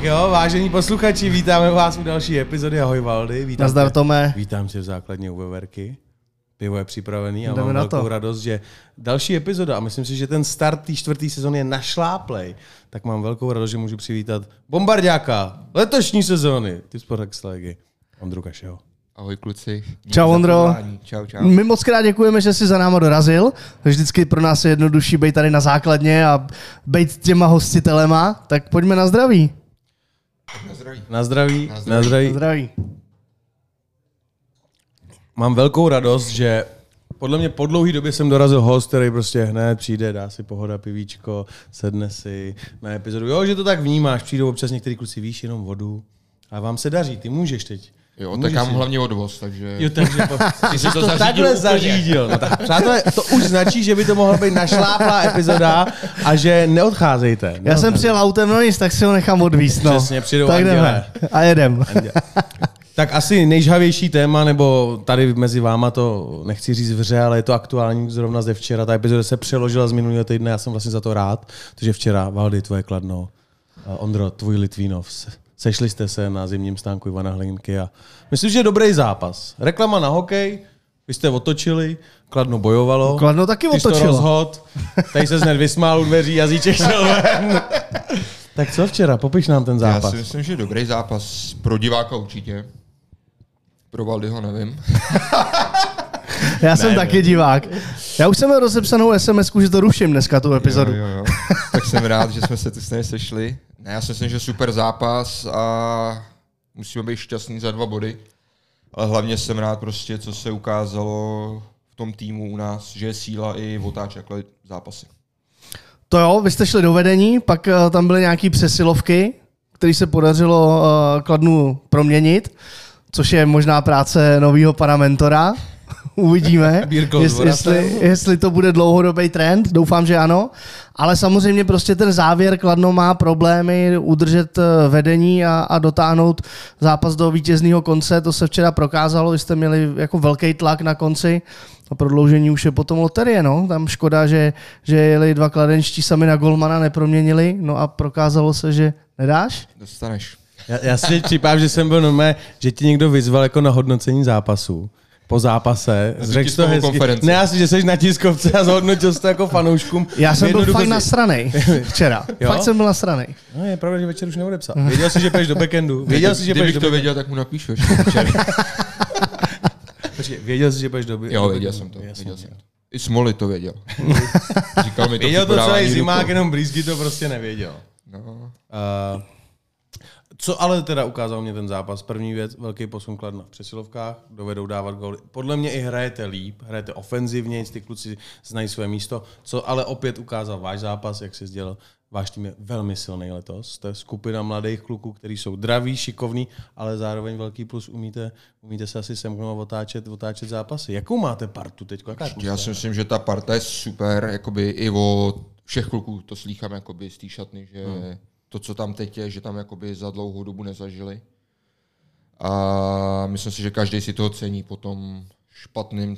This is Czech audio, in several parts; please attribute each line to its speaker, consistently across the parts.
Speaker 1: jo, vážení posluchači, vítáme vás u další epizody. Ahoj Valdy, vítám
Speaker 2: Nazdar
Speaker 1: tě,
Speaker 2: Tome.
Speaker 1: vítám tě v základně u Veverky. Pivo je připravený a
Speaker 2: Jdeme
Speaker 1: mám
Speaker 2: na
Speaker 1: velkou
Speaker 2: to.
Speaker 1: radost, že další epizoda, a myslím si, že ten start té čtvrté sezóny je našláplej, tak mám velkou radost, že můžu přivítat bombardáka letošní sezóny. Ty Sporek Slégy, Ondru Kašeho.
Speaker 3: Ahoj kluci. Díky
Speaker 2: Čau,
Speaker 3: za
Speaker 2: Ondro.
Speaker 3: pozvání. Čau, čau.
Speaker 2: My moc krát děkujeme, že jsi za náma dorazil. Vždycky pro nás je jednodušší být tady na základně a být těma hostitelema. Tak pojďme na zdraví.
Speaker 3: Na zdraví.
Speaker 1: Na zdraví, na zdraví. Na
Speaker 3: zdraví.
Speaker 1: zdraví.
Speaker 2: Na zdraví.
Speaker 1: Mám velkou radost, že podle mě po dlouhý době jsem dorazil host, který prostě hned přijde, dá si pohoda pivíčko, sedne si na epizodu. Jo, že to tak vnímáš, přijdou občas některý kluci, víš, jenom vodu. A vám se daří, ty můžeš teď.
Speaker 3: Jo,
Speaker 1: Můžeš
Speaker 3: tak já mám
Speaker 1: si-
Speaker 3: hlavně odvoz, takže...
Speaker 1: Jo, takže po...
Speaker 3: Ty jsi to,
Speaker 1: to takhle zařídil. No tak, přátelé, to už značí, že by to mohla být našláplá epizoda a že neodcházejte.
Speaker 2: Já jsem
Speaker 1: Neodcházejte.
Speaker 2: přijel autem, no nic, tak si ho nechám odvíst. No.
Speaker 1: Přesně, přijdou
Speaker 2: tak
Speaker 1: andělé.
Speaker 2: jdeme. A jedem.
Speaker 1: Tak asi nejžhavější téma, nebo tady mezi váma to nechci říct vře, ale je to aktuální zrovna ze včera. Ta epizoda se přeložila z minulého týdne, já jsem vlastně za to rád, protože včera, Valdy, tvoje kladno, a Ondro, tvůj Litvínov, se- sešli jste se na zimním stánku Ivana Hlinky a myslím, že dobrý zápas. Reklama na hokej, vy jste otočili, Kladno bojovalo.
Speaker 2: Kladno taky
Speaker 1: ty jsi to
Speaker 2: otočilo.
Speaker 1: rozhod, tady se hned vysmál u dveří, jazyček šel ven. tak co včera, popiš nám ten
Speaker 3: Já
Speaker 1: zápas.
Speaker 3: si myslím, že dobrý zápas pro diváka určitě. Pro Valdyho nevím.
Speaker 2: Já jsem taky divák. Já už jsem měl rozepsanou sms že to ruším dneska, tu epizodu.
Speaker 3: Jo, jo, jo. Tak jsem rád, že jsme se tu stejně sešli. Ne, já si myslím, že super zápas a musíme být šťastní za dva body. Ale hlavně jsem rád prostě, co se ukázalo v tom týmu u nás, že je síla i v otáčkách zápasy.
Speaker 2: To jo, vy jste šli do vedení, pak eh, tam byly nějaké přesilovky, které se podařilo eh, Kladnu proměnit, což je možná práce nového pana mentora. Uvidíme,
Speaker 1: Bírkou
Speaker 2: jest-
Speaker 1: Dvorasem.
Speaker 2: jestli, jestli to bude dlouhodobý trend, doufám, že ano. Ale samozřejmě prostě ten závěr Kladno má problémy udržet eh, vedení a, a dotáhnout zápas do vítězného konce, to se včera prokázalo, vy jste měli jako velký tlak na konci a prodloužení už je potom loterie, no. Tam škoda, že, že jeli dva kladenští sami na golmana, neproměnili, no a prokázalo se, že nedáš?
Speaker 3: Dostaneš.
Speaker 1: Já, já si připadám, že jsem byl normálně, že ti někdo vyzval jako na hodnocení zápasu. Po zápase, řekl to
Speaker 3: tiskovou
Speaker 1: hezky.
Speaker 3: konferenci.
Speaker 1: Ne, já si, že jsi na tiskovce a zhodnotil jsi to jako fanouškům.
Speaker 2: Já jsem byl
Speaker 1: Jednoducho
Speaker 2: fakt
Speaker 1: si-
Speaker 2: nasranej včera.
Speaker 1: Jo?
Speaker 2: Fakt jsem byl nasranej.
Speaker 1: No, je pravda, že večer už neodepsal.
Speaker 2: Mhm.
Speaker 1: Věděl jsi, že půjdeš do backendu. Věděl jsi, že půjdeš
Speaker 3: Kdybych
Speaker 1: do
Speaker 3: to
Speaker 1: backendu.
Speaker 3: věděl, tak mu napíšu. ještě.
Speaker 1: Počkej, Věděl jsi, že půjdeš do
Speaker 3: Jo,
Speaker 1: do backendu.
Speaker 3: věděl jsem to.
Speaker 1: Jasně,
Speaker 3: Věděl
Speaker 1: jo.
Speaker 3: jsem to. I Smoli to věděl. Říkal mi to
Speaker 1: Věděl to celý
Speaker 3: při podávání
Speaker 1: zimák,
Speaker 3: rukou.
Speaker 1: jenom Brýsky to prostě nevěděl.
Speaker 3: No.
Speaker 1: Uh, co ale teda ukázal mě ten zápas? První věc, velký posun kladna v přesilovkách, dovedou dávat góly. Podle mě i hrajete líp, hrajete ofenzivně, ty kluci znají své místo. Co ale opět ukázal váš zápas, jak jsi sdělil, váš tým je velmi silný letos. To je skupina mladých kluků, kteří jsou draví, šikovní, ale zároveň velký plus umíte, umíte se asi semknout a otáčet, otáčet zápasy. Jakou máte partu teď? Jaká je
Speaker 3: Já si myslím, že ta parta je super, jakoby i od všech kluků to slýchám jakoby z té šatny, že hmm. to, co tam teď je, že tam jakoby za dlouhou dobu nezažili. A myslím si, že každý si toho cení po tom špatným,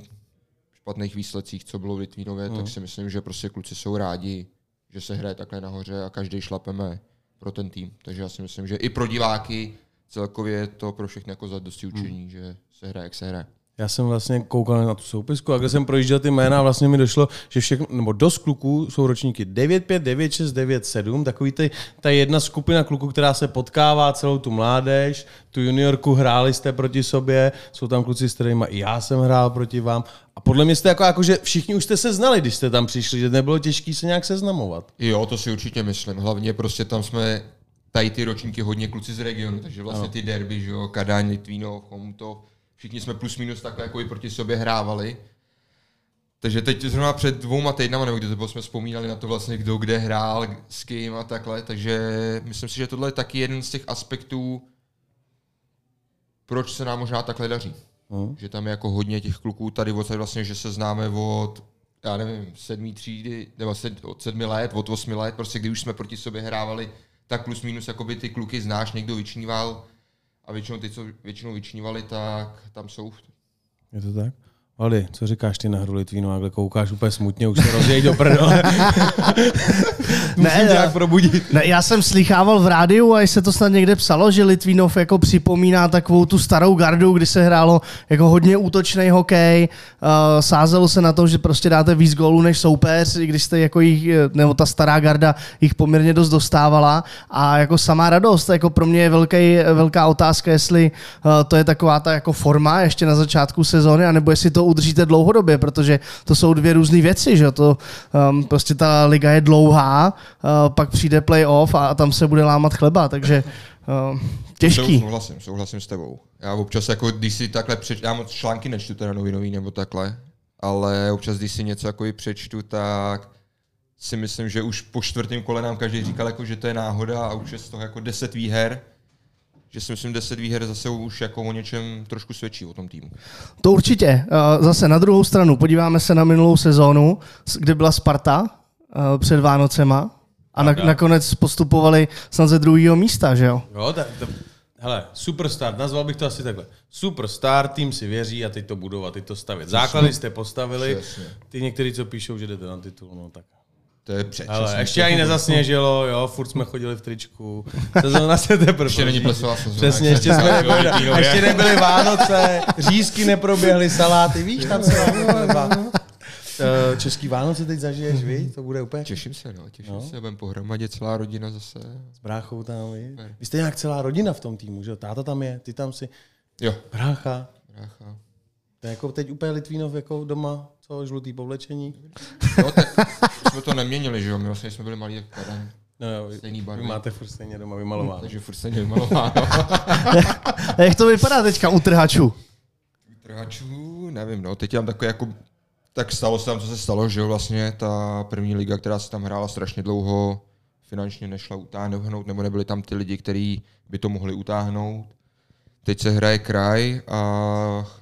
Speaker 3: špatných výsledcích, co bylo v Litvínově, hmm. tak si myslím, že prostě kluci jsou rádi, že se hraje takhle nahoře a každý šlapeme pro ten tým. Takže já si myslím, že i pro diváky celkově je to pro všechny jako zadosti učení, hmm. že se hraje, jak se hraje.
Speaker 1: Já jsem vlastně koukal na tu soupisku a kde jsem projížděl ty jména, vlastně mi došlo, že všechno, nebo dost kluků jsou ročníky 95, 96, 97, takový ty, ta jedna skupina kluků, která se potkává celou tu mládež, tu juniorku hráli jste proti sobě, jsou tam kluci, s kterými i já jsem hrál proti vám. A podle mě jste jako, jako, že všichni už jste se znali, když jste tam přišli, že nebylo těžké se nějak seznamovat.
Speaker 3: Jo, to si určitě myslím. Hlavně prostě tam jsme tady ty ročníky hodně kluci z regionu, takže vlastně ty derby, že jo, Kadaň, Litvínov, Chomutov, všichni jsme plus minus takhle jako i proti sobě hrávali. Takže teď zrovna před dvouma týdnama, nebo kdy to bylo, jsme vzpomínali na to vlastně, kdo kde hrál, s kým a takhle, takže myslím si, že tohle je taky jeden z těch aspektů, proč se nám možná takhle daří. Hmm. Že tam je jako hodně těch kluků tady odsaď vlastně, že se známe od, já nevím, sedmý třídy, nebo sed, od sedmi let, od osmi let, prostě když už jsme proti sobě hrávali, tak plus minus jakoby ty kluky znáš, někdo vyčníval a většinou ty, co většinou vyčnívali, tak tam jsou.
Speaker 1: Je to tak? Vali, co říkáš ty na hru Litvínu? Takhle koukáš úplně smutně, už se rozjeď do prdele.
Speaker 2: Ne,
Speaker 1: Musím tě
Speaker 2: já-
Speaker 1: nějak probudit.
Speaker 2: Ne, já jsem slychával v rádiu a i se to snad někde psalo, že Litvínov jako připomíná takovou tu starou gardu, kdy se hrálo jako hodně útočný hokej, uh, sázelo se na to, že prostě dáte víc gólů než soupeř, i když jste jako jich, eh, nebo ta stará garda jich poměrně dost dostávala a jako samá radost, jako pro mě je velký, velká otázka, jestli eh, to je taková ta jako forma ještě na začátku sezóny, anebo jestli to udržíte dlouhodobě, protože to jsou dvě různé věci, že jo, to um, prostě ta liga je dlouhá, uh, pak přijde playoff a, a tam se bude lámat chleba, takže uh, těžký.
Speaker 3: Souhlasím, souhlasím s tebou. Já občas, jako když si takhle přečtu, já moc články nečtu teda novinový nebo takhle, ale občas, když si něco jako i přečtu, tak si myslím, že už po čtvrtém kole nám každý říkal, jako, že to je náhoda a už je z toho jako 10 výher, že si myslím, 10 výher zase už jako o něčem trošku svědčí o tom týmu.
Speaker 2: To určitě. Eh, Zase na druhou stranu, podíváme se na minulou sezónu, s- kde byla Sparta eh, před Vánocema a na, nakonec postupovali snad ze druhého místa, že jo?
Speaker 1: Jo, tak to, hele, superstar, nazval bych to asi takhle. Superstar, tým si věří a teď to budovat, teď to stavět. Základy jste postavili,
Speaker 3: Přesně.
Speaker 1: ty někteří, co píšou, že jdete na titul, no tak.
Speaker 3: To je přečasný.
Speaker 1: Ale ještě ani nezasněžilo, jo, furt jsme chodili v tričku. Sezóna se teprve.
Speaker 3: Ještě není
Speaker 1: blíží.
Speaker 3: plesová sezóna.
Speaker 1: Přesně,
Speaker 3: jak se
Speaker 1: ještě, jsme
Speaker 3: říká,
Speaker 1: nebyli,
Speaker 3: jo,
Speaker 1: a ještě nebyly Vánoce, řízky neproběhly, saláty, víš, tam se vám Eh, Český Vánoce teď zažiješ, víš, to bude úplně
Speaker 3: Těším se, no, těším no. se, budeme pohromadě celá rodina zase.
Speaker 1: s bráchou tam, víš. Vy jste nějak celá rodina v tom týmu, že jo, táta tam je, ty tam si,
Speaker 3: Jo,
Speaker 1: brácha,
Speaker 3: brácha.
Speaker 1: to je jako teď úplně Litvínov jako doma, co, žlutý povlečení.
Speaker 3: No tak jsme to neměnili, že jo, my vlastně jsme byli malí jak Karen.
Speaker 1: No jo, vy,
Speaker 3: Stejný
Speaker 1: vy
Speaker 3: barvy.
Speaker 1: máte furt stejně doma vymalováno.
Speaker 3: Takže furt se nejmalováno.
Speaker 2: A jak to vypadá teďka u trhačů?
Speaker 3: Trhačů, nevím, no, teď tam takové jako, tak stalo se tam, co se stalo, že jo, vlastně ta první liga, která se tam hrála strašně dlouho, finančně nešla utáhnout, nebo nebyli tam ty lidi, kteří by to mohli utáhnout. Teď se hraje kraj a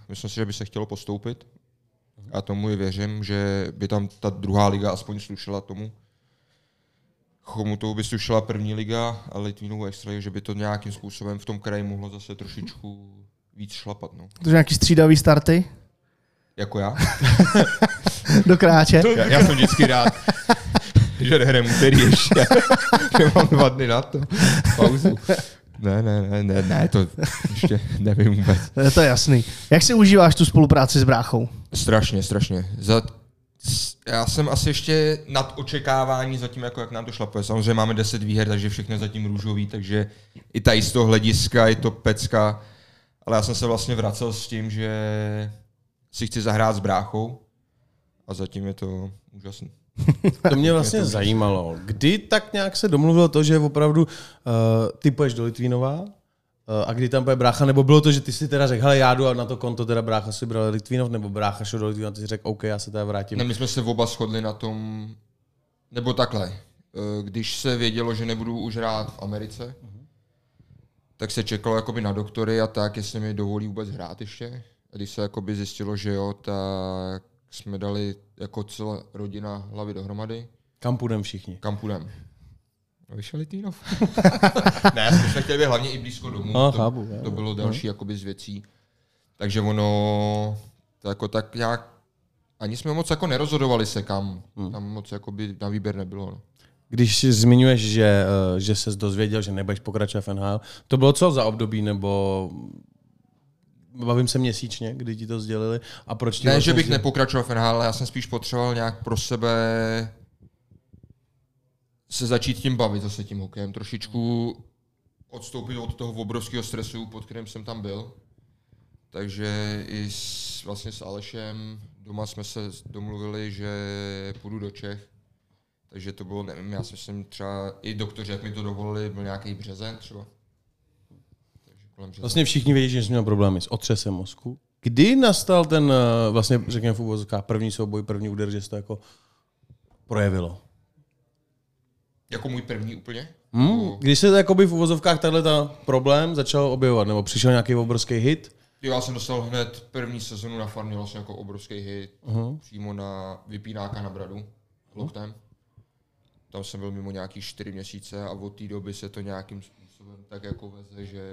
Speaker 3: myslím si, že by se chtělo postoupit. A tomu i věřím, že by tam ta druhá liga aspoň slušela tomu. Chomutou by slušela první liga a Litvínovou extra, že by to nějakým způsobem v tom kraji mohlo zase trošičku víc šlapat. No.
Speaker 2: To je nějaký střídavý starty
Speaker 3: Jako já?
Speaker 2: do kráče.
Speaker 3: já? Já jsem vždycky rád, že nehrem úterý ještě. že mám dva dny na to. Pauzu. Ne, ne, ne, ne, ne, to ještě nevím vůbec.
Speaker 2: Eh, To je jasný. Jak si užíváš tu spolupráci s bráchou?
Speaker 3: Strašně, strašně. Za, s- já jsem asi ještě nad očekávání zatím, jako jak nám to šlapuje. Samozřejmě máme 10 výher, takže všechno je zatím růžový, takže i tady z toho hlediska je to pecka. Ale já jsem se vlastně vracel s tím, že si chci zahrát s bráchou a zatím je to úžasné.
Speaker 1: To mě vlastně zajímalo. Kdy tak nějak se domluvilo to, že opravdu uh, ty půjdeš do Litvínova uh, a kdy tam půjde brácha, nebo bylo to, že ty si teda řekl, hele, já jdu a na to konto teda brácha si bral Litvínov, nebo brácha šel do Litvínova a ty si řekl, OK, já se teda vrátím.
Speaker 3: Ne, my jsme se oba shodli na tom, nebo takhle, eh, když se vědělo, že nebudu už hrát v Americe, tak se čekalo jakoby na doktory a tak, jestli mi dovolí vůbec hrát ještě. A když se jakoby zjistilo, že jo, tak jsme dali jako celá rodina hlavy dohromady.
Speaker 1: Kam půjdem všichni?
Speaker 3: Kam půjdem? No vyšel Litýnov. ne, já jsem šel chtěl být hlavně i blízko domů.
Speaker 1: No,
Speaker 3: to,
Speaker 1: chápu, chápu.
Speaker 3: to bylo další jakoby z věcí. Takže ono, to jako tak nějak, ani jsme moc jako nerozhodovali se kam.
Speaker 1: Hmm.
Speaker 3: Tam moc jakoby na výběr nebylo. No.
Speaker 1: Když si zmiňuješ, že, uh, že se dozvěděl, že nebudeš pokračovat v NHL, to bylo co za období, nebo bavím se měsíčně, kdy ti to sdělili a proč ti
Speaker 3: Ne,
Speaker 1: vlastně
Speaker 3: že bych
Speaker 1: sdělili?
Speaker 3: nepokračoval v NHL, ale já jsem spíš potřeboval nějak pro sebe se začít tím bavit zase tím hokejem. Trošičku odstoupit od toho obrovského stresu, pod kterým jsem tam byl. Takže i s, vlastně s Alešem doma jsme se domluvili, že půjdu do Čech. Takže to bylo, nevím, já si myslím třeba i doktoři, jak mi to dovolili, byl nějaký březen třeba. Takže kolem března.
Speaker 1: Vlastně všichni vědí, že jsi měl problémy s otřesem mozku. Kdy nastal ten, eh, vlastně řekněme v úvozovkách, první souboj, první úder, že se to jako projevilo?
Speaker 3: Jako můj první úplně. Jako
Speaker 1: Hmm? Když se jakoby v úvozovkách tenhle ta problém začal objevovat, nebo přišel nějaký obrovský hit?
Speaker 3: Jo, já jsem dostal hned první sezonu na farmě vlastně jako obrovský hit.
Speaker 1: Mhm.
Speaker 3: Uh-huh. Přímo na vypínáka na bradu. Loktem. Tam jsem byl mimo nějaký čtyři měsíce a od té doby se to nějakým způsobem tak jako veze, že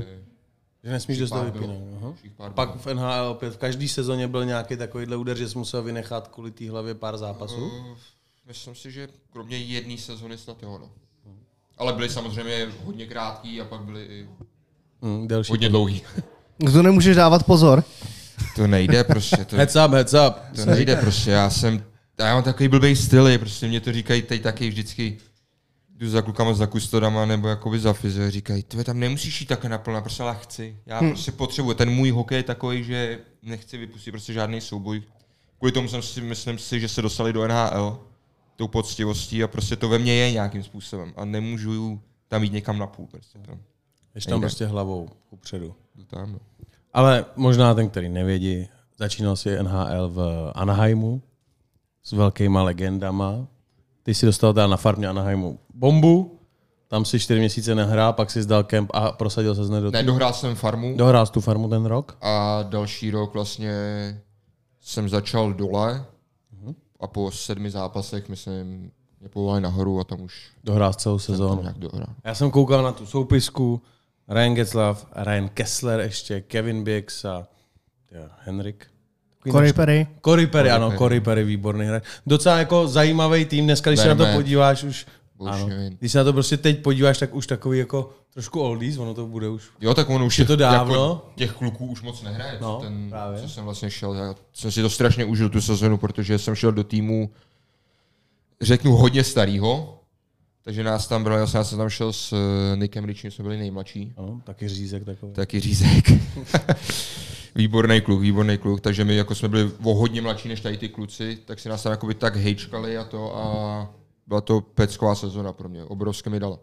Speaker 1: Že nesmíš dostat
Speaker 3: pár byl.
Speaker 1: vypínat. aha.
Speaker 3: Všech pár
Speaker 1: Pak v NHL opět v každé sezóně byl nějaký takovýhle úder, že jsi musel vynechat kvůli té hlavě pár zápasů.
Speaker 3: Uh, Myslím si, že kromě jedné sezony snad jo, no. Ale byly samozřejmě hodně krátký a pak byly i
Speaker 1: Mm, delší.
Speaker 3: hodně dlouhý.
Speaker 2: To nemůžeš dávat pozor.
Speaker 3: To nejde prostě, to,
Speaker 1: Heads up, heads up.
Speaker 3: to nejde prostě, já jsem, já mám takový blbý styl, prostě mě to říkají teď taky vždycky, jdu za klukama, za kustodama, nebo jakoby za fyze, říkají, ty tam nemusíš jít takhle naplno, prostě ale chci, já hmm. prostě potřebuji, ten můj hokej je takový, že nechci vypustit prostě žádný souboj. Kvůli tomu jsem si, myslím si, že se dostali do NHL, tou poctivostí a prostě to ve mně je nějakým způsobem a nemůžu tam jít někam na půl, prostě to,
Speaker 1: Ješ tam prostě hlavou upředu.
Speaker 3: to tam, no.
Speaker 1: Ale možná ten, který nevědí, začínal si NHL v Anaheimu s velkýma legendama. Ty si dostal teda na farmě Anaheimu bombu, tam si čtyři měsíce nehrál, pak si zdal kemp a prosadil se z do...
Speaker 3: Ne, dohrál jsem farmu,
Speaker 1: Dohrál jsi tu farmu ten rok?
Speaker 3: A další rok vlastně jsem začal dole
Speaker 1: Mhm.
Speaker 3: a po sedmi zápasech, myslím, mě povolali nahoru a tam už
Speaker 1: Dohrál jsi celou sezónu.
Speaker 3: nějak dohrál.
Speaker 1: Já jsem koukal na tu soupisku, Ryan Getzlaff, Ryan Kessler ještě, Kevin Biggs a jo, Henrik. Takový
Speaker 2: Corey Perry.
Speaker 1: Cory Perry, ano, Cory Perry, výborný hráč. Docela jako zajímavý tým, dneska, když se na to
Speaker 3: Vermec.
Speaker 1: podíváš už, ano,
Speaker 3: Bullshit.
Speaker 1: když se na to prostě teď podíváš, tak už takový jako trošku oldies, ono to bude už.
Speaker 3: Jo, tak on už je
Speaker 1: to dávno?
Speaker 3: Jako těch kluků už moc nehraje.
Speaker 1: No,
Speaker 3: No, ten,
Speaker 1: právě.
Speaker 3: co jsem vlastně šel, já jsem si to strašně užil tu sezonu, protože jsem šel do týmu, řeknu, hodně starýho, takže nás tam brali, já jsem tam šel s eh, Nickem Richem, jsme byli nejmladší.
Speaker 1: Ano, taky řízek takový.
Speaker 3: Taky řízek. výborný kluk, výborný kluk, takže my jako jsme byli o hodně mladší než tady ty kluci, tak si nás tam jakoby tak hejčkali a to a byla to pecková sezona pro mě, obrovské mi dala.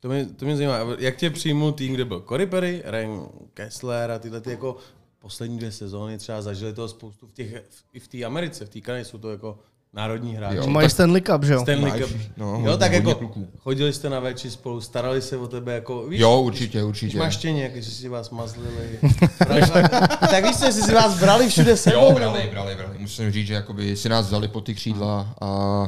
Speaker 1: To mě, to mě zajímá, jak tě přijmul tým, kde byl Cory Perry, Ryan Kessler a tyhle ty jako poslední dvě sezóny třeba zažili toho spoustu v těch, v, i v té Americe, v té Kanadě jsou to jako národní hráči.
Speaker 3: Jo.
Speaker 2: No, Mají Stanley Cup, že jo?
Speaker 1: Stanley
Speaker 3: Máš,
Speaker 1: Cup.
Speaker 3: no,
Speaker 1: jo,
Speaker 3: hodně-
Speaker 1: tak
Speaker 3: hodně
Speaker 1: jako
Speaker 3: kluků.
Speaker 1: chodili jste na veči spolu, starali se o tebe jako, víš,
Speaker 3: Jo, určitě,
Speaker 1: Když
Speaker 3: určitě.
Speaker 1: máš štěně, jak že si vás mazlili. Brali vás- tak víš co, jestli si vás brali všude sebou.
Speaker 3: brali, brali, brali. Musím říct, že jakoby si nás vzali pod ty křídla a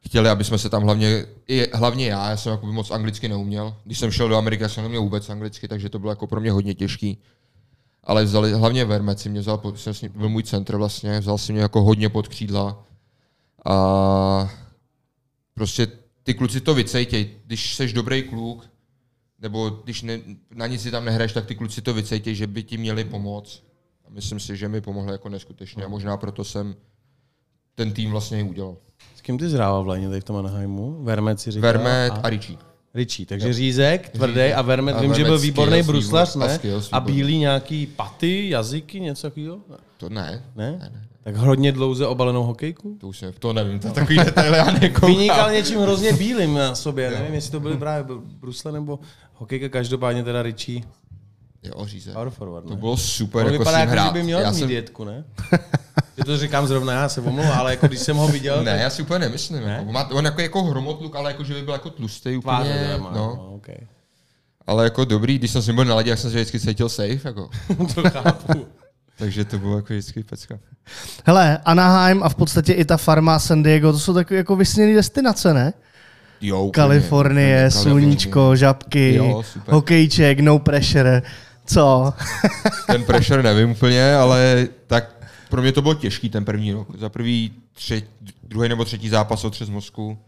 Speaker 3: chtěli, aby jsme se tam hlavně, i hlavně já, já jsem jakoby moc anglicky neuměl. Když jsem šel do Ameriky, já jsem neuměl vůbec anglicky, takže to bylo jako pro mě hodně těžký. Ale vzali, hlavně Vermec si mě vzal, pod- jsem s ním, byl můj centr vlastně, vzal si mě jako hodně pod křídla. A prostě ty kluci to vycejtěj. Když seš dobrý kluk, nebo když ne, na nic si tam nehraješ, tak ty kluci to vycejtěj, že by ti měli pomoct. A myslím si, že mi pomohli jako neskutečně
Speaker 1: No.
Speaker 3: a možná proto jsem ten tým vlastně i udělal.
Speaker 1: S kým ty zhrával v léně tady v tom Anaheimu? Vermec si říkal.
Speaker 3: Vermet
Speaker 1: a
Speaker 3: a Richie.
Speaker 1: Richie. Takže řízek, tvrdý a Vermet,
Speaker 3: A
Speaker 1: vím, že byl
Speaker 3: Vermec
Speaker 1: výborný
Speaker 3: skills,
Speaker 1: bruslař,
Speaker 3: výbor- a
Speaker 1: ne?
Speaker 3: skills,
Speaker 1: A
Speaker 3: výborný.
Speaker 1: bílý nějaký paty, jazyky, něco takového?
Speaker 3: To ne,
Speaker 1: Ne? Tak hodně dlouze obalenou hokejku?
Speaker 3: to už jsem, to nevím,
Speaker 1: No.
Speaker 3: to je takový detail, já nekoukám.
Speaker 1: Vynikal něčím hrozně bílým na sobě, nevím, jestli to byly právě br- brusle nebo hokejka, každopádně teda Richie
Speaker 3: Jo, říze.
Speaker 1: power forward,
Speaker 3: To
Speaker 1: ne?
Speaker 3: bylo super,
Speaker 1: On
Speaker 3: jako s
Speaker 1: vypadá,
Speaker 3: ním
Speaker 1: jako, že
Speaker 3: hrát.
Speaker 1: by měl
Speaker 3: já
Speaker 1: mít
Speaker 3: jsem,
Speaker 1: dětku, ne? Že to říkám zrovna, já se omlouvám, ale jako když jsem ho viděl,
Speaker 3: ne, já si úplně nemyslím. Ne? Jako, má, on jako, jako hromotluk, ale jako, že by byl jako tlustý úplně.
Speaker 1: Tváře teda má,
Speaker 3: no.
Speaker 1: no, okay.
Speaker 3: Ale jako dobrý, když jsem s ním byl na ledě, jak jsem se vždycky cítil safe, jako.
Speaker 1: to chápu.
Speaker 3: Takže to bylo jako vždycky pecka.
Speaker 2: Hele, Anaheim a v podstatě i ta farma San Diego, to jsou takové jako vysněné destinace, ne?
Speaker 3: Jo, úplně,
Speaker 2: Kalifornie,
Speaker 3: úplně
Speaker 2: sluníčko, žabky,
Speaker 3: Jo, super.
Speaker 2: hokejček, no pressure. Co?
Speaker 3: Ten pressure nevím úplně, ale tak pro mě to bylo těžký ten první rok. Za prvý, tři, druhý nebo třetí zápas otřes mozku.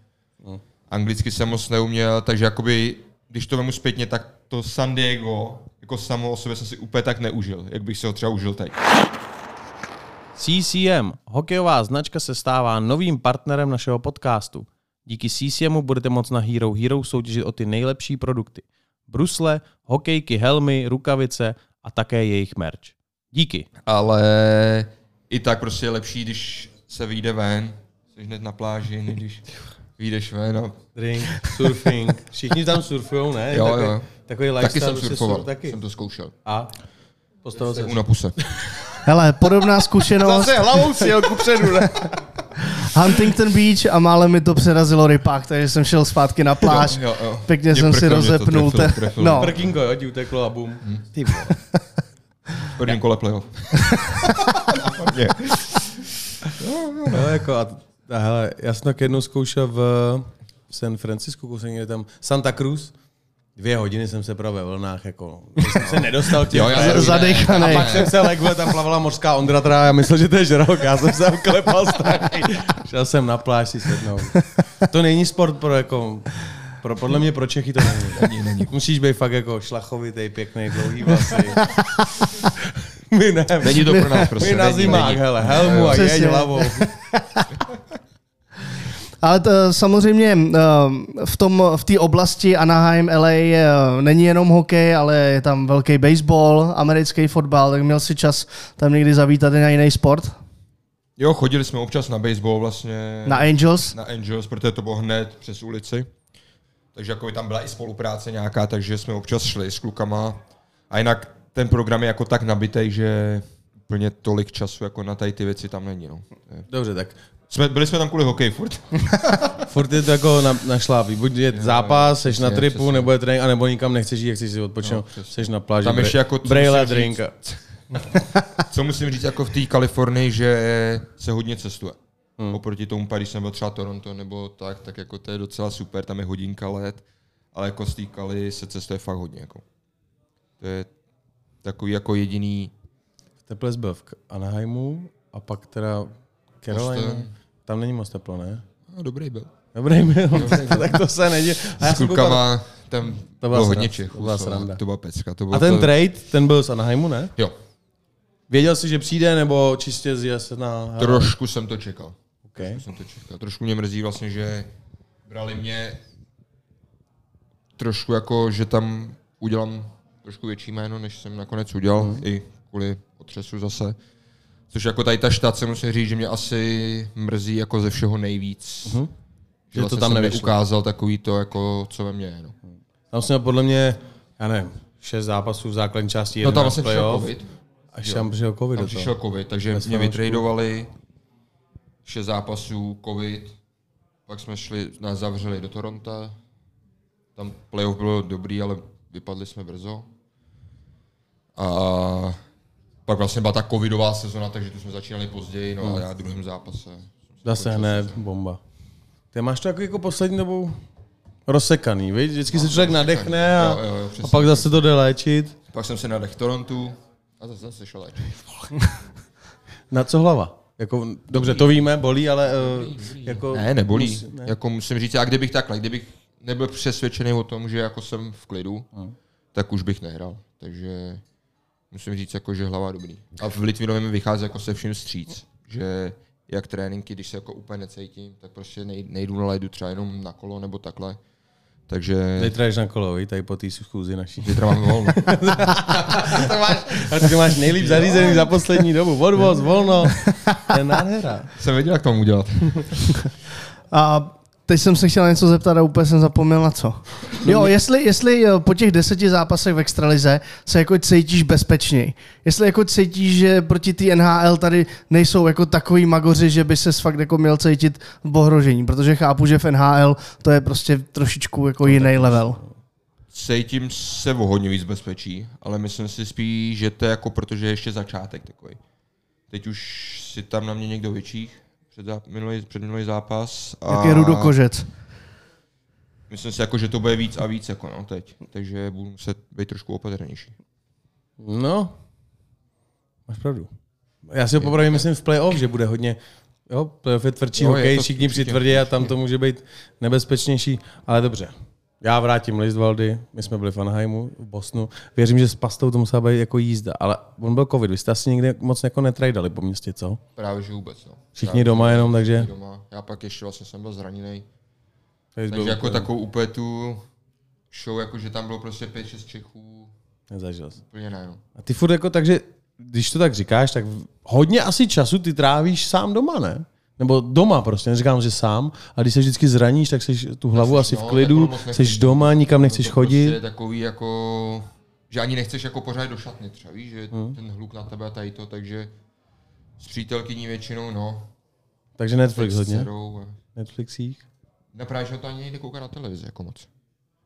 Speaker 3: Anglicky jsem moc neuměl, takže jakoby, když to vemu zpětně, tak to San Diego jako samo o sobě jsem si úplně tak neužil, jak bych si ho třeba užil teď.
Speaker 1: CCM, hokejová značka, se stává novým partnerem našeho podcastu. Díky CCMu budete moct na Hero Hero soutěžit o ty nejlepší produkty. Brusle, hokejky, helmy, rukavice a také jejich merch. Díky.
Speaker 3: Ale i tak prostě je lepší, když se vyjde ven, jsi hned na pláži, než když vyjdeš ven a
Speaker 1: Drink, surfing. Všichni tam surfujou, ne?
Speaker 3: Jo, Takový- jo.
Speaker 1: Takový prostě
Speaker 3: taky jsem surfoval, jsem to zkoušel.
Speaker 1: A? Postavil se.
Speaker 3: U na puse.
Speaker 2: Hele, podobná zkušenost.
Speaker 1: hlavou si jel kupředu, ne?
Speaker 2: Huntington Beach a málem mi to přerazilo rypák, takže jsem šel zpátky na pláž.
Speaker 3: Jo, jo, jo.
Speaker 2: Pěkně
Speaker 3: Mě
Speaker 2: jsem si
Speaker 3: prkno mě to
Speaker 2: rozepnul.
Speaker 3: trefilo,
Speaker 2: ten-
Speaker 3: trefilo.
Speaker 2: No,
Speaker 1: Prkinko, jo, ti uteklo a bum. Ty
Speaker 3: V prvním kole playoff.
Speaker 1: No, jako a, a hele, já jsem tak jednou zkoušel v, v San Francisku, kousek někde tam, Santa Cruz, Dvě hodiny jsem se pravil ve vlnách, jako jsem se nedostal k těm
Speaker 3: Jo, já
Speaker 1: frajerům.
Speaker 2: Zadechanej.
Speaker 1: A pak jsem se legl, tam plavala mořská Ondra, teda já myslel, že to je žralok, já jsem se tam klepal strašně. Šel jsem na pláž si sednout. To není sport pro jako, pro, podle mě pro Čechy to není. není, není. Musíš být fakt jako šlachovitý, pěkný, dlouhý vlasy. My ne,
Speaker 3: Není to pro nás prostě.
Speaker 1: my na
Speaker 3: není,
Speaker 1: zimách,
Speaker 3: není.
Speaker 1: hele, helmu a jeď
Speaker 2: Přesně.
Speaker 1: hlavou.
Speaker 2: Ale to, samozřejmě ehm, v tom v té oblasti Anaheim LA eh, není jenom hokej, ale je tam velký baseball, americký fotbal, tak měl si čas tam někdy zavítat i na jiný sport?
Speaker 3: Jo, chodili jsme občas na baseball vlastně.
Speaker 2: Na Angels?
Speaker 3: na Angels, protože to bylo hned přes ulici. Takže jako by tam byla i spolupráce nějaká, takže jsme občas šli s klukama. A jinak ten program je jako tak nabitý, že úplně tolik času jako na tady ty věci tam není. No.
Speaker 1: Dobře, tak
Speaker 3: Jsme, byli jsme tam kvůli hokeji furt.
Speaker 1: Furt je to jako na, na šlápí. Buď je zápas, seš na
Speaker 3: přesně,
Speaker 1: tripu,
Speaker 3: přesně.
Speaker 1: nebo je trénink, anebo nikam nechceš jít, jak chceš si odpočinout. No, seš na pláži.
Speaker 3: Tam
Speaker 1: bre-
Speaker 3: ještě jako, co
Speaker 1: brejle,
Speaker 3: musím říct.
Speaker 1: drinka.
Speaker 3: Co musím říct jako v té Kalifornii, že se hodně cestuje. Hmm. Oproti tomu Paříž nebo třeba Toronto nebo tak, tak jako to je docela super, tam je hodinka let, ale jako z té Kali se cestuje fakt hodně. Jako. To je takový jako jediný
Speaker 1: Teples byl v K- Anaheimu a pak teda Carolina.
Speaker 3: Boston.
Speaker 1: Tam není moc teplo, ne?
Speaker 3: No, dobrý byl.
Speaker 1: Dobrý byl, tak to se neděje. A, já
Speaker 3: S
Speaker 1: jsem koukal-
Speaker 3: klukama, tam to
Speaker 1: byla
Speaker 3: bylo hodně
Speaker 1: sranda, to
Speaker 3: Čechů.
Speaker 1: byla
Speaker 3: co?
Speaker 1: sranda.
Speaker 3: To byla pecka. To bylo
Speaker 1: a ten
Speaker 3: to...
Speaker 1: trade, ten byl z Anaheimu, ne?
Speaker 3: Jo,
Speaker 1: Věděl jsi, že přijde, nebo čistě zjel na...
Speaker 3: trošku jsem to čekal.
Speaker 1: Okay.
Speaker 3: Trošku jsem to čekal. Trošku mě mrzí vlastně, že brali mě trošku jako, že tam udělám trošku větší jméno, než jsem nakonec udělal, mm. i kvůli otřesu zase. Což jako tady ta štace musím říct, že mě asi mrzí jako ze všeho nejvíc. Mm. Že,
Speaker 1: to
Speaker 3: vlastně to
Speaker 1: tam
Speaker 3: tam jsem
Speaker 1: nevyšlo.
Speaker 3: ukázal takový to, jako, co ve mně je. No.
Speaker 1: Tam jsme podle mě, já nevím, šest zápasů v základní části,
Speaker 3: no tam
Speaker 1: jedenáct
Speaker 3: vlastně přišel
Speaker 1: playoff.
Speaker 3: covid.
Speaker 1: Až tam přišel covid.
Speaker 3: Tam
Speaker 1: do toho.
Speaker 3: přišel covid, takže mě
Speaker 1: Slovensku.
Speaker 3: vytradovali šest zápasů, covid, pak jsme šli, nás zavřeli do Toronto, tam playoff bylo dobrý, ale vypadli jsme brzo. A pak vlastně byla ta covidová sezona, takže tu jsme začínali později, no a já v druhém zápase.
Speaker 1: Hmm. Zase hned bomba. Ty máš to jako, jako poslední dobou rozsekaný, víš? Vždycky se člověk nadechne a,
Speaker 3: Jo, jo, jo,
Speaker 1: a
Speaker 3: přesně.
Speaker 1: pak zase to jde léčit.
Speaker 3: Pak jsem se nadech Torontu a zase, zase šel léčit.
Speaker 1: Na co hlava? Jako, dobře, to víme, bolí, ale eh, jako...
Speaker 3: Ne, nebolí. ne. Jako musím říct, já kdybych takhle, kdybych nebyl přesvědčený o tom, že jako jsem v klidu, hmm. tak už bych nehrál. Takže musím říct, jako, že hlava dobrý. A v Litvinově mi vychází jako se vším stříc, že jak tréninky, když se jako úplně necítím, tak prostě nej, nejdu na lajdu třeba jenom na kolo nebo takhle. Takže
Speaker 1: Zítra jdeš na kolo, víš, tady po té schůzi naší.
Speaker 3: zítra mám volno.
Speaker 1: A ty máš nejlíp zařízený za poslední dobu. Odvoz, volno. To je nádhera.
Speaker 3: jsem věděl, jak to mám udělat.
Speaker 2: A teď jsem se chtěl na něco zeptat a úplně jsem zapomněl na co.
Speaker 3: No
Speaker 2: Jo, jestli, jestli eh, po těch deseti zápasech v extralize se jako cítíš bezpečněji. Jestli jako cítíš, že proti té NHL tady nejsou jako takový magoři, že by se fakt jako měl cítit v ohrožení, protože chápu, že v NHL to je prostě trošičku jako
Speaker 3: No,
Speaker 2: jiný level.
Speaker 3: Cítím se o hodně víc bezpečí, ale myslím si spíš, že to je jako protože je ještě začátek takový. Teď už si tam na mě někdo vyčích před záp- minulý, před minulý zápas. A
Speaker 2: Jak je Rudo Kožec.
Speaker 3: Myslím si, jako, že to bude víc a víc jako, no, teď. Takže budu muset být trošku opatrnější.
Speaker 1: No, máš pravdu. Já si ho popravím, myslím v playoff, že bude hodně, jo, playoff je tvrdší jo,
Speaker 3: Jo, je
Speaker 1: hokej,
Speaker 3: to
Speaker 1: všichni
Speaker 3: určitě,
Speaker 1: přitvrdí a tam to může být nebezpečnější, ale dobře. Já vrátím Listvaldy, my jsme byli v Anaheimu, v Bosnu. Věřím, že s pastou to musela být jako jízda, ale on byl covid, vy jste asi nikdy moc jako netrajdali po městě, co?
Speaker 3: Právě, že vůbec, no.
Speaker 1: Všichni doma jenom, takže...
Speaker 3: Právě doma. Já pak ještě vlastně jsem byl zraněný.
Speaker 1: takže
Speaker 3: Takže
Speaker 1: byl
Speaker 3: jako
Speaker 1: úplně-
Speaker 3: takovou úplně tu show, jako, že tam bylo prostě 5-6 Čechů.
Speaker 1: Nezažil jsem.
Speaker 3: Úplně ne, no.
Speaker 1: A ty furt jako takže, když to tak říkáš, tak hodně asi času ty trávíš sám doma, ne? Nebo doma prostě, neříkám, že sám, a když se vždycky zraníš, tak jsi tu hlavu asi v
Speaker 3: no,
Speaker 1: klidu,
Speaker 3: tak ono moc
Speaker 1: jsi
Speaker 3: nechceš.
Speaker 1: doma, nikam nechceš
Speaker 3: to
Speaker 1: chodit.
Speaker 3: Prostě je takový jako, že ani nechceš jako pořád do šatny třeba, víš, že hmm. ten hluk na tebe a tady to, takže s přítelkyní většinou, no.
Speaker 1: Takže Netflix
Speaker 3: s
Speaker 1: hodně.
Speaker 3: dcerou a-
Speaker 1: Netflixích.
Speaker 3: Ne, právě, že to ani nejde koukat na televizi jako moc.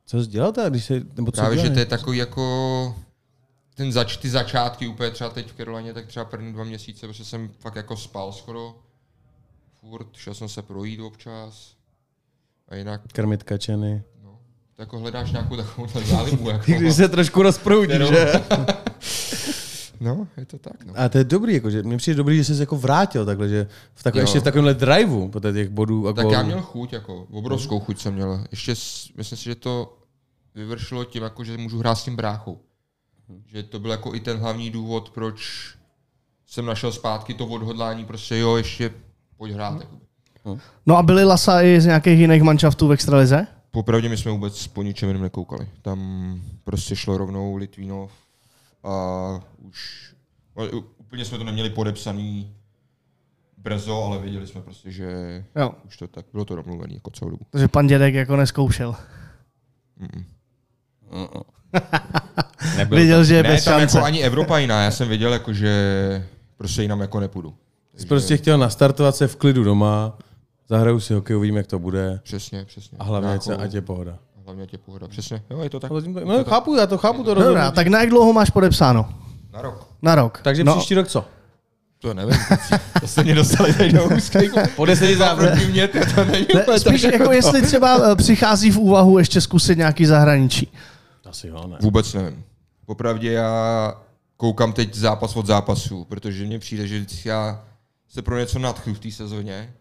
Speaker 1: Co jsi dělal teda, když se, nebo co
Speaker 3: Právě, že
Speaker 1: dělali?
Speaker 3: to je takový jako ten zač, ty začátky úplně třeba teď v Karolině, tak třeba první dva měsíce, protože jsem fakt jako spal skoro. Furt, šel jsem se projít občas. A jinak
Speaker 1: Krmit kačeny.
Speaker 3: No, tak jako hledáš nějakou takovou zálibu. Jako,
Speaker 4: Když se trošku rozproudí,
Speaker 3: Kterou-
Speaker 4: že?
Speaker 3: no, je to tak. No.
Speaker 1: A to je dobrý, jakože mně přijde dobrý, že jsi se jako vrátil takhle, že v takové,
Speaker 3: Jo.
Speaker 1: ještě v takovémhle driveu, po těch bodů a
Speaker 3: Tak
Speaker 1: gólů.
Speaker 3: já měl chuť, jako obrovskou chuť jsem měl. Ještě s- myslím si, že to vyvršilo tím, jako, že můžu hrát s tím bráchou. Že to byl jako i ten hlavní důvod, proč jsem našel zpátky to odhodlání, prostě jo, ještě pojď hrát. Jako.
Speaker 2: No a byli Lasa i z nějakých jiných manšaftů v extralize?
Speaker 3: Popravdě my jsme vůbec po ničem jiném nekoukali. Tam prostě šlo rovnou Litvínov a už ale u- úplně jsme to neměli podepsaný brzo, ale věděli jsme prostě, že
Speaker 2: Jo.
Speaker 3: už to tak, bylo to domluvený jako celou dobu.
Speaker 2: Takže pan dědek jako neskoušel.
Speaker 1: Nebyl
Speaker 2: Věděl, že je
Speaker 3: Ne,
Speaker 2: bez
Speaker 3: tam
Speaker 2: šance.
Speaker 3: jako ani Evropa jiná, já jsem věděl, jako, že prostě jinam jako nepůjdu.
Speaker 1: Jsi prostě chtěl nastartovat se v klidu doma, zahraju si hokej, uvidím, jak to bude.
Speaker 3: Přesně, přesně.
Speaker 1: A hlavně, ať se,
Speaker 3: Nějakou-
Speaker 1: ať je pohoda.
Speaker 3: Hlavně ať je pohoda, přesně. Jo, je to tak.
Speaker 1: No, chápu, já to chápu, to rozumím.
Speaker 2: Dobrá, tak na jak dlouho máš podepsáno?
Speaker 3: Na rok.
Speaker 2: Na rok.
Speaker 1: Takže
Speaker 2: no,
Speaker 1: příští rok co?
Speaker 3: To nevím. to se mě dostali tady do úzkých.
Speaker 1: Po deseti závodech.
Speaker 3: Proti mě, to, to není
Speaker 2: ne,
Speaker 3: úplně tak,
Speaker 2: spíš jako jestli třeba eh, přichází v úvahu ještě zkusit nějaký zahraničí.
Speaker 1: Asi jo, ne.
Speaker 3: Vůbec nevím. Popravdě já koukám teď zápas od zápasu, protože mně přijde, že vždycky já se pro něco nadchnu v té sezóně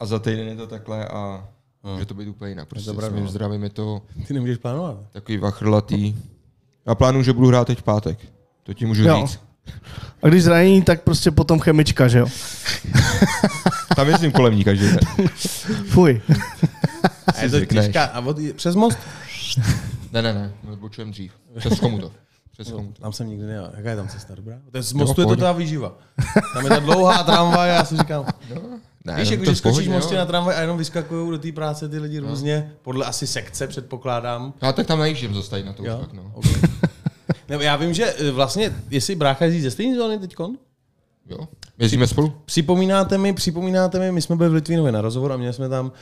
Speaker 3: a za týden je to takhle a může to být úplně jinak. Prostě
Speaker 1: dobré,
Speaker 3: s mým
Speaker 1: no.
Speaker 3: zdravím je to
Speaker 1: Ty nemůžeš plánovat.
Speaker 3: takový vachrlatý. Já plánuju, že budu hrát teď v pátek. To ti můžu
Speaker 2: Jo.
Speaker 3: říct.
Speaker 2: A když zraní, tak prostě potom chemička, že jo?
Speaker 3: Tam jezdím kolem ní každý den.
Speaker 2: Fuj.
Speaker 1: A je to
Speaker 3: zvykneš.
Speaker 1: těžká. A od, přes most?
Speaker 3: Ne, ne, ne, my odbočujeme dřív. Přes komutov. Přes komutov.
Speaker 1: Tam jsem nikdy nejel. Jaká je tam cesta dobrá? To je z
Speaker 3: Jo, v
Speaker 1: mostu je to
Speaker 3: pohodě.
Speaker 1: ta výživa. Tam je ta dlouhá tramvaj a já si říkám,
Speaker 3: Ne,
Speaker 1: víš,
Speaker 3: no,
Speaker 1: jako,
Speaker 3: to
Speaker 1: že
Speaker 3: v
Speaker 1: skočíš
Speaker 3: pohodě,
Speaker 1: mostě
Speaker 3: jo.
Speaker 1: na tramvaj a jenom vyskakují do té práce ty lidi různě, podle asi sekce předpokládám.
Speaker 3: No, tak tam najíždím zase tady na to už
Speaker 1: Jo.
Speaker 3: pak, no.
Speaker 1: Ok. Nebo já vím, že eh, vlastně, jestli brácha jezdí ze stejné zóny teďkon,
Speaker 3: Jo. Jezdíme spolu?
Speaker 1: Připomínáte mi, připomínáte mi, my jsme byli v Litvínově na rozhovor a měli jsme tam uh,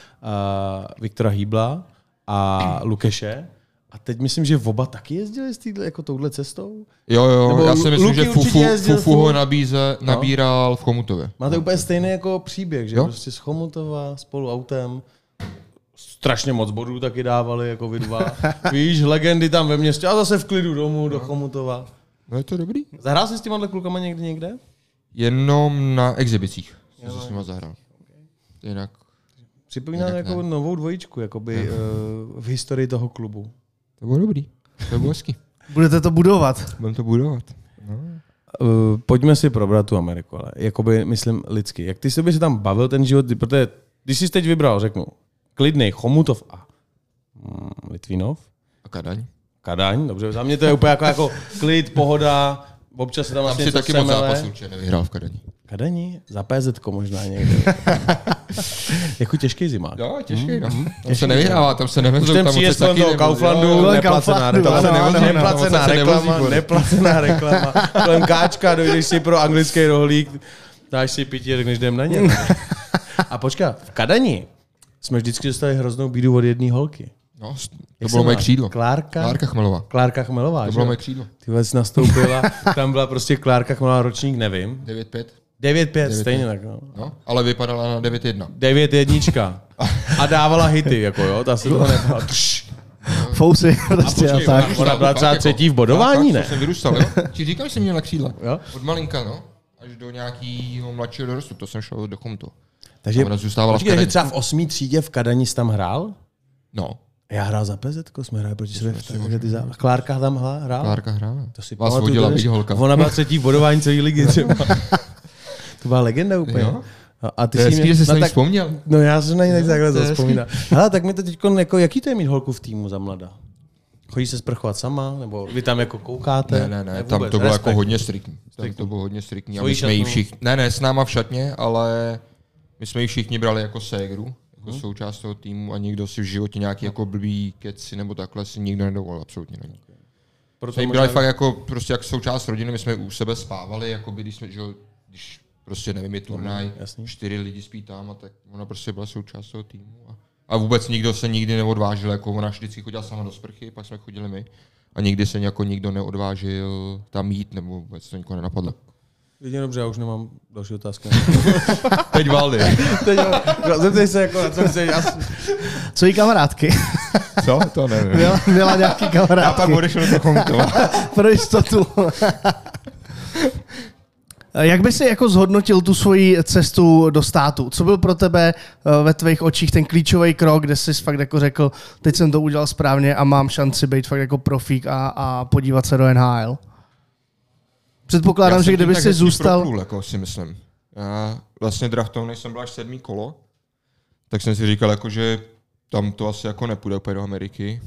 Speaker 1: Viktora Hýbla a Lukeše. A teď myslím, že oba taky jezdili s týhle, jako touhle cestou.
Speaker 3: Jo, jo,
Speaker 1: Nebo
Speaker 3: já si myslím,
Speaker 1: Luky
Speaker 3: že
Speaker 1: určitě
Speaker 3: Fufu,
Speaker 1: jezdil
Speaker 3: Fufu
Speaker 1: spolu. No.
Speaker 3: ho nabíze, nabíral v Chomutově.
Speaker 1: Máte úplně stejný jako příběh, že jo?
Speaker 3: No. Jo.
Speaker 1: prostě z Chomutova spolu autem strašně moc bodů taky dávali, jako vy dva. Víš, legendy tam ve městě a zase v klidu domů do Chomutova.
Speaker 3: No je to dobrý.
Speaker 1: Zahrál jsi s těma klukama někdy někde?
Speaker 3: Jenom na exhibicích jsem se s nima zahrál. Jinak.
Speaker 1: Připomíná
Speaker 3: Jinak
Speaker 1: jako
Speaker 3: ne.
Speaker 1: novou dvojičku jakoby, uh, v historii toho klubu.
Speaker 3: To bylo dobrý. To bylo hezký.
Speaker 2: Budete to budovat.
Speaker 3: Budeme to budovat.
Speaker 1: Uh, pojďme si probrat tu Ameriku, ale jakoby, myslím, lidsky. Jak ty jsi se tam bavil ten život, ty- protože když jsi teď vybral, řeknu, klidnej Chomutov a mm, Litvinov,
Speaker 3: A Kadaň?
Speaker 1: Vlastně Kadaň, dobře, za mě to je úplně jako, jako klid, pohoda, občas se tam
Speaker 3: Tam
Speaker 1: vlastně
Speaker 3: si
Speaker 1: něco
Speaker 3: taky moc
Speaker 1: semele.
Speaker 3: zápasů určitě nevyhrál v Kadani.
Speaker 1: Kadani, za PZ možná někde. jako těžký zimák.
Speaker 3: Jo,
Speaker 1: Hmm,
Speaker 3: těžký, no. Tam se nevyhrává, tam se nevezou.
Speaker 1: Už ten
Speaker 3: tam
Speaker 1: přijdeš
Speaker 3: otec
Speaker 1: kolem
Speaker 3: taky
Speaker 1: toho
Speaker 3: nevezou.
Speaker 1: Kauflandu,
Speaker 3: Jo, jo.
Speaker 2: Kolem
Speaker 1: neplacená
Speaker 2: Kauflandu,
Speaker 1: reklama, neplacená
Speaker 3: ano, ano, ano. Tam se nevozí
Speaker 1: reklama,
Speaker 3: kvůli.
Speaker 1: neplacená reklama. Kolem káčka dojdeš si pro anglický rohlík, dáš si pití, tak než jdem na ně. A počká, v Kadani jsme vždycky dostali hroznou bídu od jedné holky.
Speaker 3: No, s- to
Speaker 1: Jak se
Speaker 3: bylo moje
Speaker 1: jmenuje?
Speaker 3: křídlo.
Speaker 1: Klárka?
Speaker 3: Klárka Chmelová.
Speaker 1: Klárka Chmelová,
Speaker 3: To
Speaker 1: že
Speaker 3: bylo
Speaker 1: jo?
Speaker 3: moje křídlo.
Speaker 1: Ty vůbec nastoupila, tam byla prostě Klárka Chmelová ročník, nevím.
Speaker 3: 9-5.
Speaker 1: 9-5, stejně tak. No.
Speaker 3: No, ale vypadala na 9-1.
Speaker 1: 9 jednička. A dávala hity, jako jo, ta se toho nechala.
Speaker 2: Fousy prostě a,
Speaker 3: Počkej,
Speaker 2: tak.
Speaker 3: ona už
Speaker 1: Ona byla
Speaker 3: naopak
Speaker 1: třeba
Speaker 3: jako-
Speaker 1: třetí v bodování,
Speaker 3: Já fakt
Speaker 1: ne?
Speaker 3: Jsem vyrůstal, jo? Ti říkám, že jsem měl na křídla.
Speaker 1: Jo?
Speaker 3: Od malinka, no. Až do nějakého mladšího dorostu, to jsem šel do komtu.
Speaker 1: Takže,
Speaker 3: Ona zůstávala v
Speaker 1: počkej, takže
Speaker 3: Kadani.
Speaker 1: třeba v osmý třídě v Kadani jsi tam hrál?
Speaker 3: No,
Speaker 1: A Já hrál za PZ, jsme hráli proti sobě. v takže ty za... a Klárka tam hla- hrál?
Speaker 3: Klárka hrála.
Speaker 1: To si
Speaker 3: Vás
Speaker 1: pamatuju,
Speaker 3: vodila,
Speaker 1: to je-
Speaker 3: byť holka.
Speaker 1: Ona byla třetí v bodování celé ligy třeba. to byla legenda úplně.
Speaker 3: Jo?
Speaker 1: A- A ty
Speaker 3: To
Speaker 1: jsi
Speaker 3: je hezký,
Speaker 1: mě-
Speaker 3: že jsi
Speaker 1: no
Speaker 3: se na ní
Speaker 1: tak-
Speaker 3: vzpomněl.
Speaker 1: No já jsem na ní tak takhle
Speaker 3: to je hezký.
Speaker 1: zaspomínám. Hele, tak mi to teď, jako, jaký to je mít holku v týmu za mladá? Chodí se sprchovat sama? Nebo vy tam jako koukáte?
Speaker 3: Ne, ne, ne, tam to bylo jako hodně striktní. Tam to bylo hodně striktní. A
Speaker 1: Svojí
Speaker 3: my jsme jí
Speaker 1: šatnu.
Speaker 3: všichni, ne, ne, s náma v šatně, ale my jsme ji všichni brali jako ségru, jako součást toho týmu a nikdo si v životě nějaký jako blbý keci nebo takhle si nikdo nedovolil, absolutně na ní.
Speaker 1: Proto
Speaker 3: jsme jí brali fakt jako, prostě jak součást rodiny, my jsme u sebe spávali, jako by, když jsme, že jo, když prostě nevím, je turnaj,
Speaker 1: jasný.
Speaker 3: čtyři lidi spí tam a tak ona prostě byla součást toho týmu. A, a vůbec nikdo se nikdy neodvážil, jako ona vždycky chodila sama do sprchy, pak jsme chodili my. A nikdy se jako nikdo neodvážil tam jít, nebo vůbec to nikoho nenapadlo.
Speaker 1: Jedině dobře, já už nemám další otázky.
Speaker 3: Teď Valdy.
Speaker 1: Zeptej se, jako, na co chceš. Já... s-
Speaker 2: Co jí kamarádky?
Speaker 3: Co? To nevím.
Speaker 2: Byla, byla nějaký
Speaker 3: Já
Speaker 2: kamarádky.
Speaker 3: pak odešel do Chomutova.
Speaker 2: Pro jistotu. Jak by si jako zhodnotil tu svoji cestu do státu? Co byl pro tebe eh, ve tvých očích ten klíčový krok, kde jsi fakt jako řekl, teď jsem to udělal správně a mám šanci být fakt jako profík a, a podívat se do NHL? Předpokládám, že kdyby si zůstal...
Speaker 3: Proplul, jako si myslím. Já vlastně draftovaný jsem byl až sedmý kolo, tak jsem si říkal, jako, že tam to asi jako nepůjde úplně do Ameriky.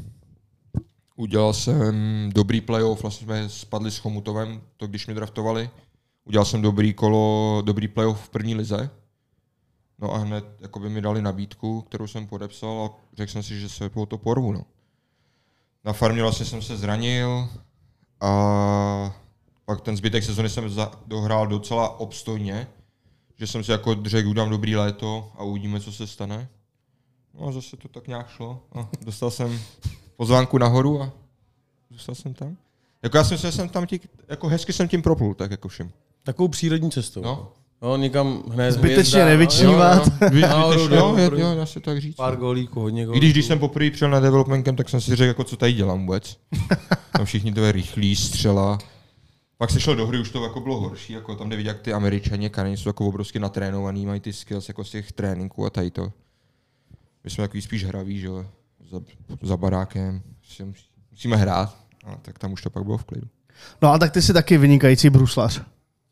Speaker 3: Udělal jsem dobrý playoff, vlastně jsme spadli s Chomutovem, to když mě draftovali. Udělal jsem dobrý kolo, dobrý playoff v první lize. No a hned jakoby, mi dali nabídku, kterou jsem podepsal a řekl jsem si, že se po to porvu. No. Na farmě vlastně jsem se zranil a pak ten zbytek sezony jsem za, dohrál docela obstojně, že jsem si jako řekl, udělám dobrý léto a uvidíme, co se stane. No a zase to tak nějak šlo. A dostal jsem pozvánku nahoru a zůstal jsem tam. Jako já jsem se jsem tam tí, jako hezky jsem tím proplul, tak jako všem.
Speaker 1: Takovou přírodní cestou.
Speaker 3: No.
Speaker 1: Jo, někam hned
Speaker 2: Zbytečně
Speaker 1: hvězda,
Speaker 2: nevyčnívat.
Speaker 1: jo, jo, jo. Nahoru,
Speaker 3: Zbytečně, jo,
Speaker 1: dolů,
Speaker 3: jo,
Speaker 1: první-
Speaker 3: jo, dá se tak říct.
Speaker 1: Pár golíků, hodně
Speaker 3: I
Speaker 1: golíků.
Speaker 3: když, když jsem poprvé přijel na development camp, tak jsem si řekl, jako, co tady dělám vůbec. Tam všichni to je rychlý, střela. Pak se šlo do hry, už to jako bylo horší, jako tam jde vidět, jak ty američani, kanani jsou jako obrovsky natrénovaný, mají ty skills jako z těch tréninků a tady to. My jsme takový spíš hraví, že jo, za, za barákem, že musí- musíme hrát, a tak tam už to pak bylo v klidu.
Speaker 2: No a tak ty jsi taky vynikající bruslař.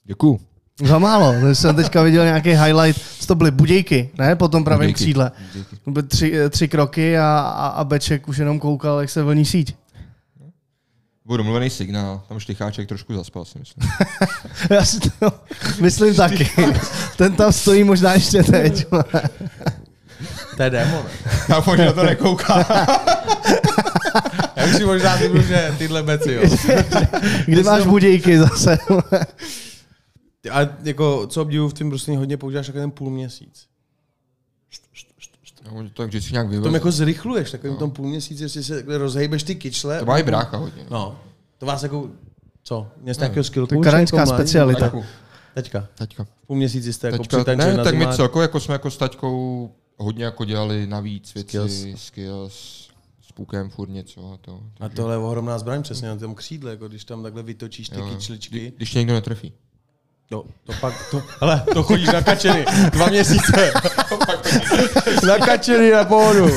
Speaker 3: Děkuju.
Speaker 2: Za No málo. Já Jsem teďka viděl nějaký highlight, to byly budějky, ne? Po tom pravém
Speaker 3: Budějky.
Speaker 2: křídle.
Speaker 3: Díky.
Speaker 2: To byly Tři, eh, tři kroky a, a, a Beček už jenom koukal, jak se vlní síť.
Speaker 3: Byl domluvený signál, tam štycháček trošku zaspal si myslím.
Speaker 2: Já si to myslím taky. Ten tam stojí možná ještě teď.
Speaker 1: To je démon.
Speaker 3: Já možná to nekouká.
Speaker 1: Já už si možná typu, že tyhle beci, jo.
Speaker 2: Kdy máš budějky zase?
Speaker 1: A jako, co obdivu v tom bruslení hodně používáš takový ten půl měsíc.
Speaker 3: No, to tak vždycky nějak
Speaker 1: V tom
Speaker 3: vyveze.
Speaker 1: jako zrychluješ, takovým tom půl měsíci, jestli se takhle rozhejbeš ty kyčle.
Speaker 3: To má i brácha hodně. No.
Speaker 1: No, to vás jako, co? Mě z nějakého skillku?
Speaker 2: To je
Speaker 1: už
Speaker 2: karaňská
Speaker 1: jako mladí?
Speaker 2: specialita.
Speaker 1: Taťku. Taťka.
Speaker 3: Taťka.
Speaker 1: Půl měsíci jste jako
Speaker 3: Taťka, ne,
Speaker 1: přitančili na
Speaker 3: tak my
Speaker 1: zimák.
Speaker 3: celkově jako jsme jako s Taťkou hodně jako dělali navíc věci, skills, skills s pukem furt něco a to.
Speaker 1: A tohle je ohromná zbraň přesně na tom křídle, jako když tam takhle vytočíš ty
Speaker 3: Jo, jo.
Speaker 1: kyčličky.
Speaker 3: Když tě někdo netrefí.
Speaker 1: No, to pak, to, hele, to chodíš na kačeny, dva měsíce. na kačeny na pohodu.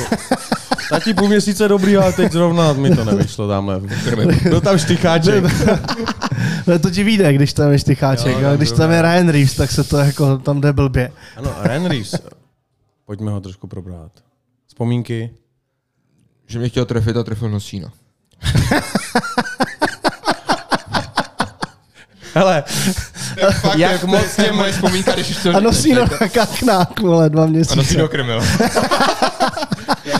Speaker 1: Tati půl měsíce dobrý, ale teď zrovna mi to nevyšlo tamhle. Byl tam štycháček.
Speaker 2: No to ti vyjde, když tam je štycháček.
Speaker 1: Jo,
Speaker 2: Jo,
Speaker 1: tam
Speaker 2: když
Speaker 1: byl
Speaker 2: tam je
Speaker 1: Ryan.
Speaker 2: Ryan Reeves, tak se to jako tam jde blbě.
Speaker 1: Ano, Ryan Reeves. Pojďme ho trošku probrat. Vzpomínky.
Speaker 3: Že mě chtěl trefit a trefil nosína.
Speaker 1: Hele,
Speaker 3: Jak moc tě moje vzpomínka, když to
Speaker 2: A nosí no na kaknák, vole, dva
Speaker 3: A nosí
Speaker 2: měsíce.
Speaker 3: do krmil.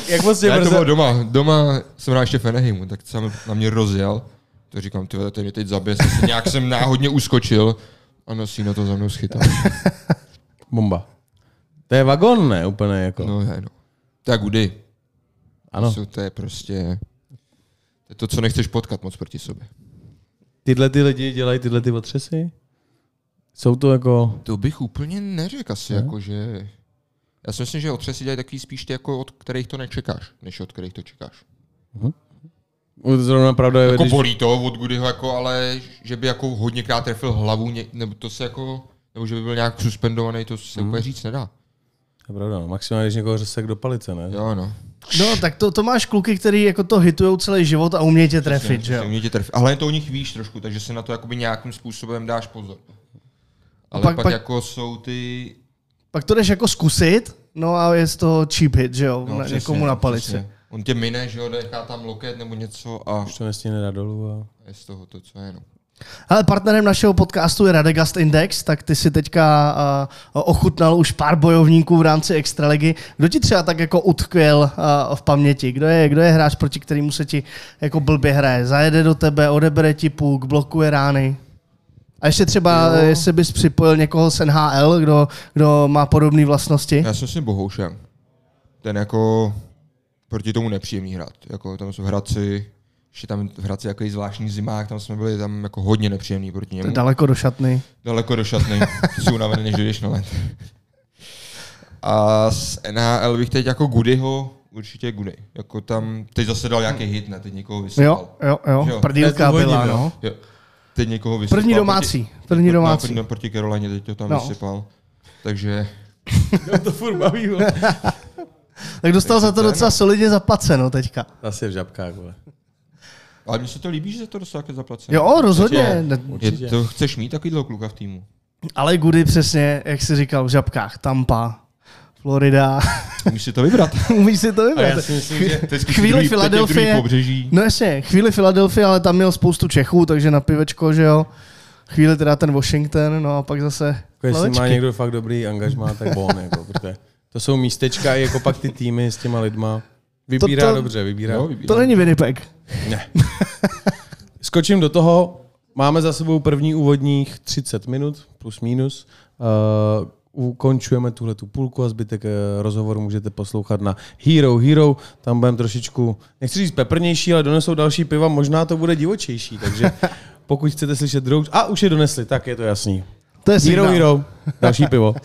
Speaker 1: jak moc tě
Speaker 3: Ne, to
Speaker 1: brzo...
Speaker 3: bylo doma. Doma jsem hrál ještě Feneheimu, tak jsem na mě rozjel. To říkám, ty vole, ten mě teď zabije. Jsem se- Nějak jsem náhodně uskočil a nosína to za mnou schytal.
Speaker 1: Bomba. To je vagon, ne? Úplně jako.
Speaker 3: No, hej, no. Tak kudy?
Speaker 1: Ano.
Speaker 3: Jsou, to je prostě... To je to, co nechceš potkat moc proti sobě.
Speaker 1: Tyhle ty lidi dělají tyhle ty otřesy? Jsou to jako...
Speaker 3: To bych úplně neřekl asi, jako že... Já si myslím, že otřesy dělají takový spíš ty, jako od kterých to nečekáš, než od kterých to čekáš.
Speaker 1: Zrovna pravda je,
Speaker 3: Jako
Speaker 1: když...
Speaker 3: bolí to od Goodyho, jako, ale že by jako hodněkrát trefil hlavu, ně, nebo to se jako, nebo že by byl nějak suspendovaný, to se úplně říct nedá.
Speaker 1: To je pravda, no. maximálně, když někoho řesek do palice, ne?
Speaker 3: Jo, no.
Speaker 2: No, tak to, to máš kluky, který jako to hitujou celý život a umějí tě trefit, že jo?
Speaker 3: Mě tě trefí. Ale to u nich víš trošku, takže se na to jakoby nějakým způsobem dáš pozor. Ale
Speaker 2: pak-
Speaker 3: pak, pak,
Speaker 2: pak-
Speaker 3: pak, jako jsou ty...
Speaker 2: Pak to jdeš jako zkusit, no a je z toho cheap hit, že jo?
Speaker 3: No,
Speaker 2: na,
Speaker 3: přesně,
Speaker 2: někomu na palici.
Speaker 3: přesně. On tě mine, že jo, nechá tam loket nebo něco a
Speaker 1: Už to nestíhne dát dolů a...
Speaker 3: je z toho to, co je. No.
Speaker 2: Ale partnerem našeho podcastu je Radegast Index, tak ty si teďka uh, ochutnal už pár bojovníků v rámci Extraligy. Kdo ti třeba tak jako utkvěl uh, v paměti? Kdo je, kdo je hráč, proti kterému se ti jako blbě hraje? Zajede do tebe, odebere ti puk, blokuje rány? A ještě třeba, jo. jestli bys připojil někoho z NHL, kdo, kdo má podobné vlastnosti?
Speaker 3: Já jsem si Bohoušem. Ten jako proti tomu nepříjemný hrát. Jako tam jsou v Hradci, ještě tam v Hradci jako zvláštní zimák, tam jsme byli tam jako hodně nepříjemný proti němu.
Speaker 2: Daleko do šatny.
Speaker 3: Daleko do šatny, jsou unavený, než jdeš na let. A z NHL bych teď jako Gudyho určitě Gunej. Jako tam, teď zase dal nějaký hit, ne? Teď někoho vysypal.
Speaker 2: Jo, jo, jo,
Speaker 3: Jo,
Speaker 1: to je
Speaker 2: prdílka
Speaker 1: původní,
Speaker 2: byla,
Speaker 1: jo.
Speaker 2: no.
Speaker 3: Jo. Teď někoho vysypal.
Speaker 2: První domácí, první
Speaker 3: proti,
Speaker 2: domácí.
Speaker 3: No, proti Karolaně, teď to tam
Speaker 2: No.
Speaker 3: no. vysypal. Takže
Speaker 1: to furt baví,
Speaker 2: Tak dostal za to
Speaker 3: to je,
Speaker 2: docela solidně zaplaceno teďka.
Speaker 1: Asi v žabkách, vole.
Speaker 3: ale mně se to líbí, že za to dostal takhle zaplacené.
Speaker 2: Jo, rozhodně. Ne-
Speaker 1: Určitě.
Speaker 3: Je, to chceš mít takovýhle kluka v týmu.
Speaker 2: Ale Gudy přesně, jak jsi říkal, v žabkách, Tampa, Florida.
Speaker 3: Musíš si to vybrat.
Speaker 2: Umíš si to
Speaker 1: A
Speaker 2: vybrat.
Speaker 1: já si myslím, že
Speaker 3: Teď
Speaker 2: Chvíli
Speaker 3: druhý- teď je
Speaker 2: Filadelfie.
Speaker 3: druhý pobřeží.
Speaker 2: No jasně, chvíli Filadelfie, ale tam měl spoustu Čechů, takže na pivečko, že jo. Chvíli teda ten Washington, no a pak zase
Speaker 1: jako jestli má
Speaker 2: plavečky.
Speaker 1: někdo fakt dobrý angažmá, tak bon, jako, protože to jsou místečka, i jako pak ty týmy s těma lidma. Vybírá
Speaker 2: To- to-
Speaker 1: dobře, No, vybírá.
Speaker 3: Jo,
Speaker 2: To není Winnipeg.
Speaker 1: Ne. Skočím do toho. Máme za sebou první úvodních 30 minut, plus minus. Uh, ukončujeme tuhle tu půlku a zbytek eh, rozhovoru můžete poslouchat na Hero Hero. Tam budeme trošičku, nechci říct peprnější, ale donesou další piva, možná to bude divočejší, takže pokud chcete slyšet druhou... A už je donesli, tak je to jasný.
Speaker 2: To je signál.
Speaker 1: Hero Hero, další pivo.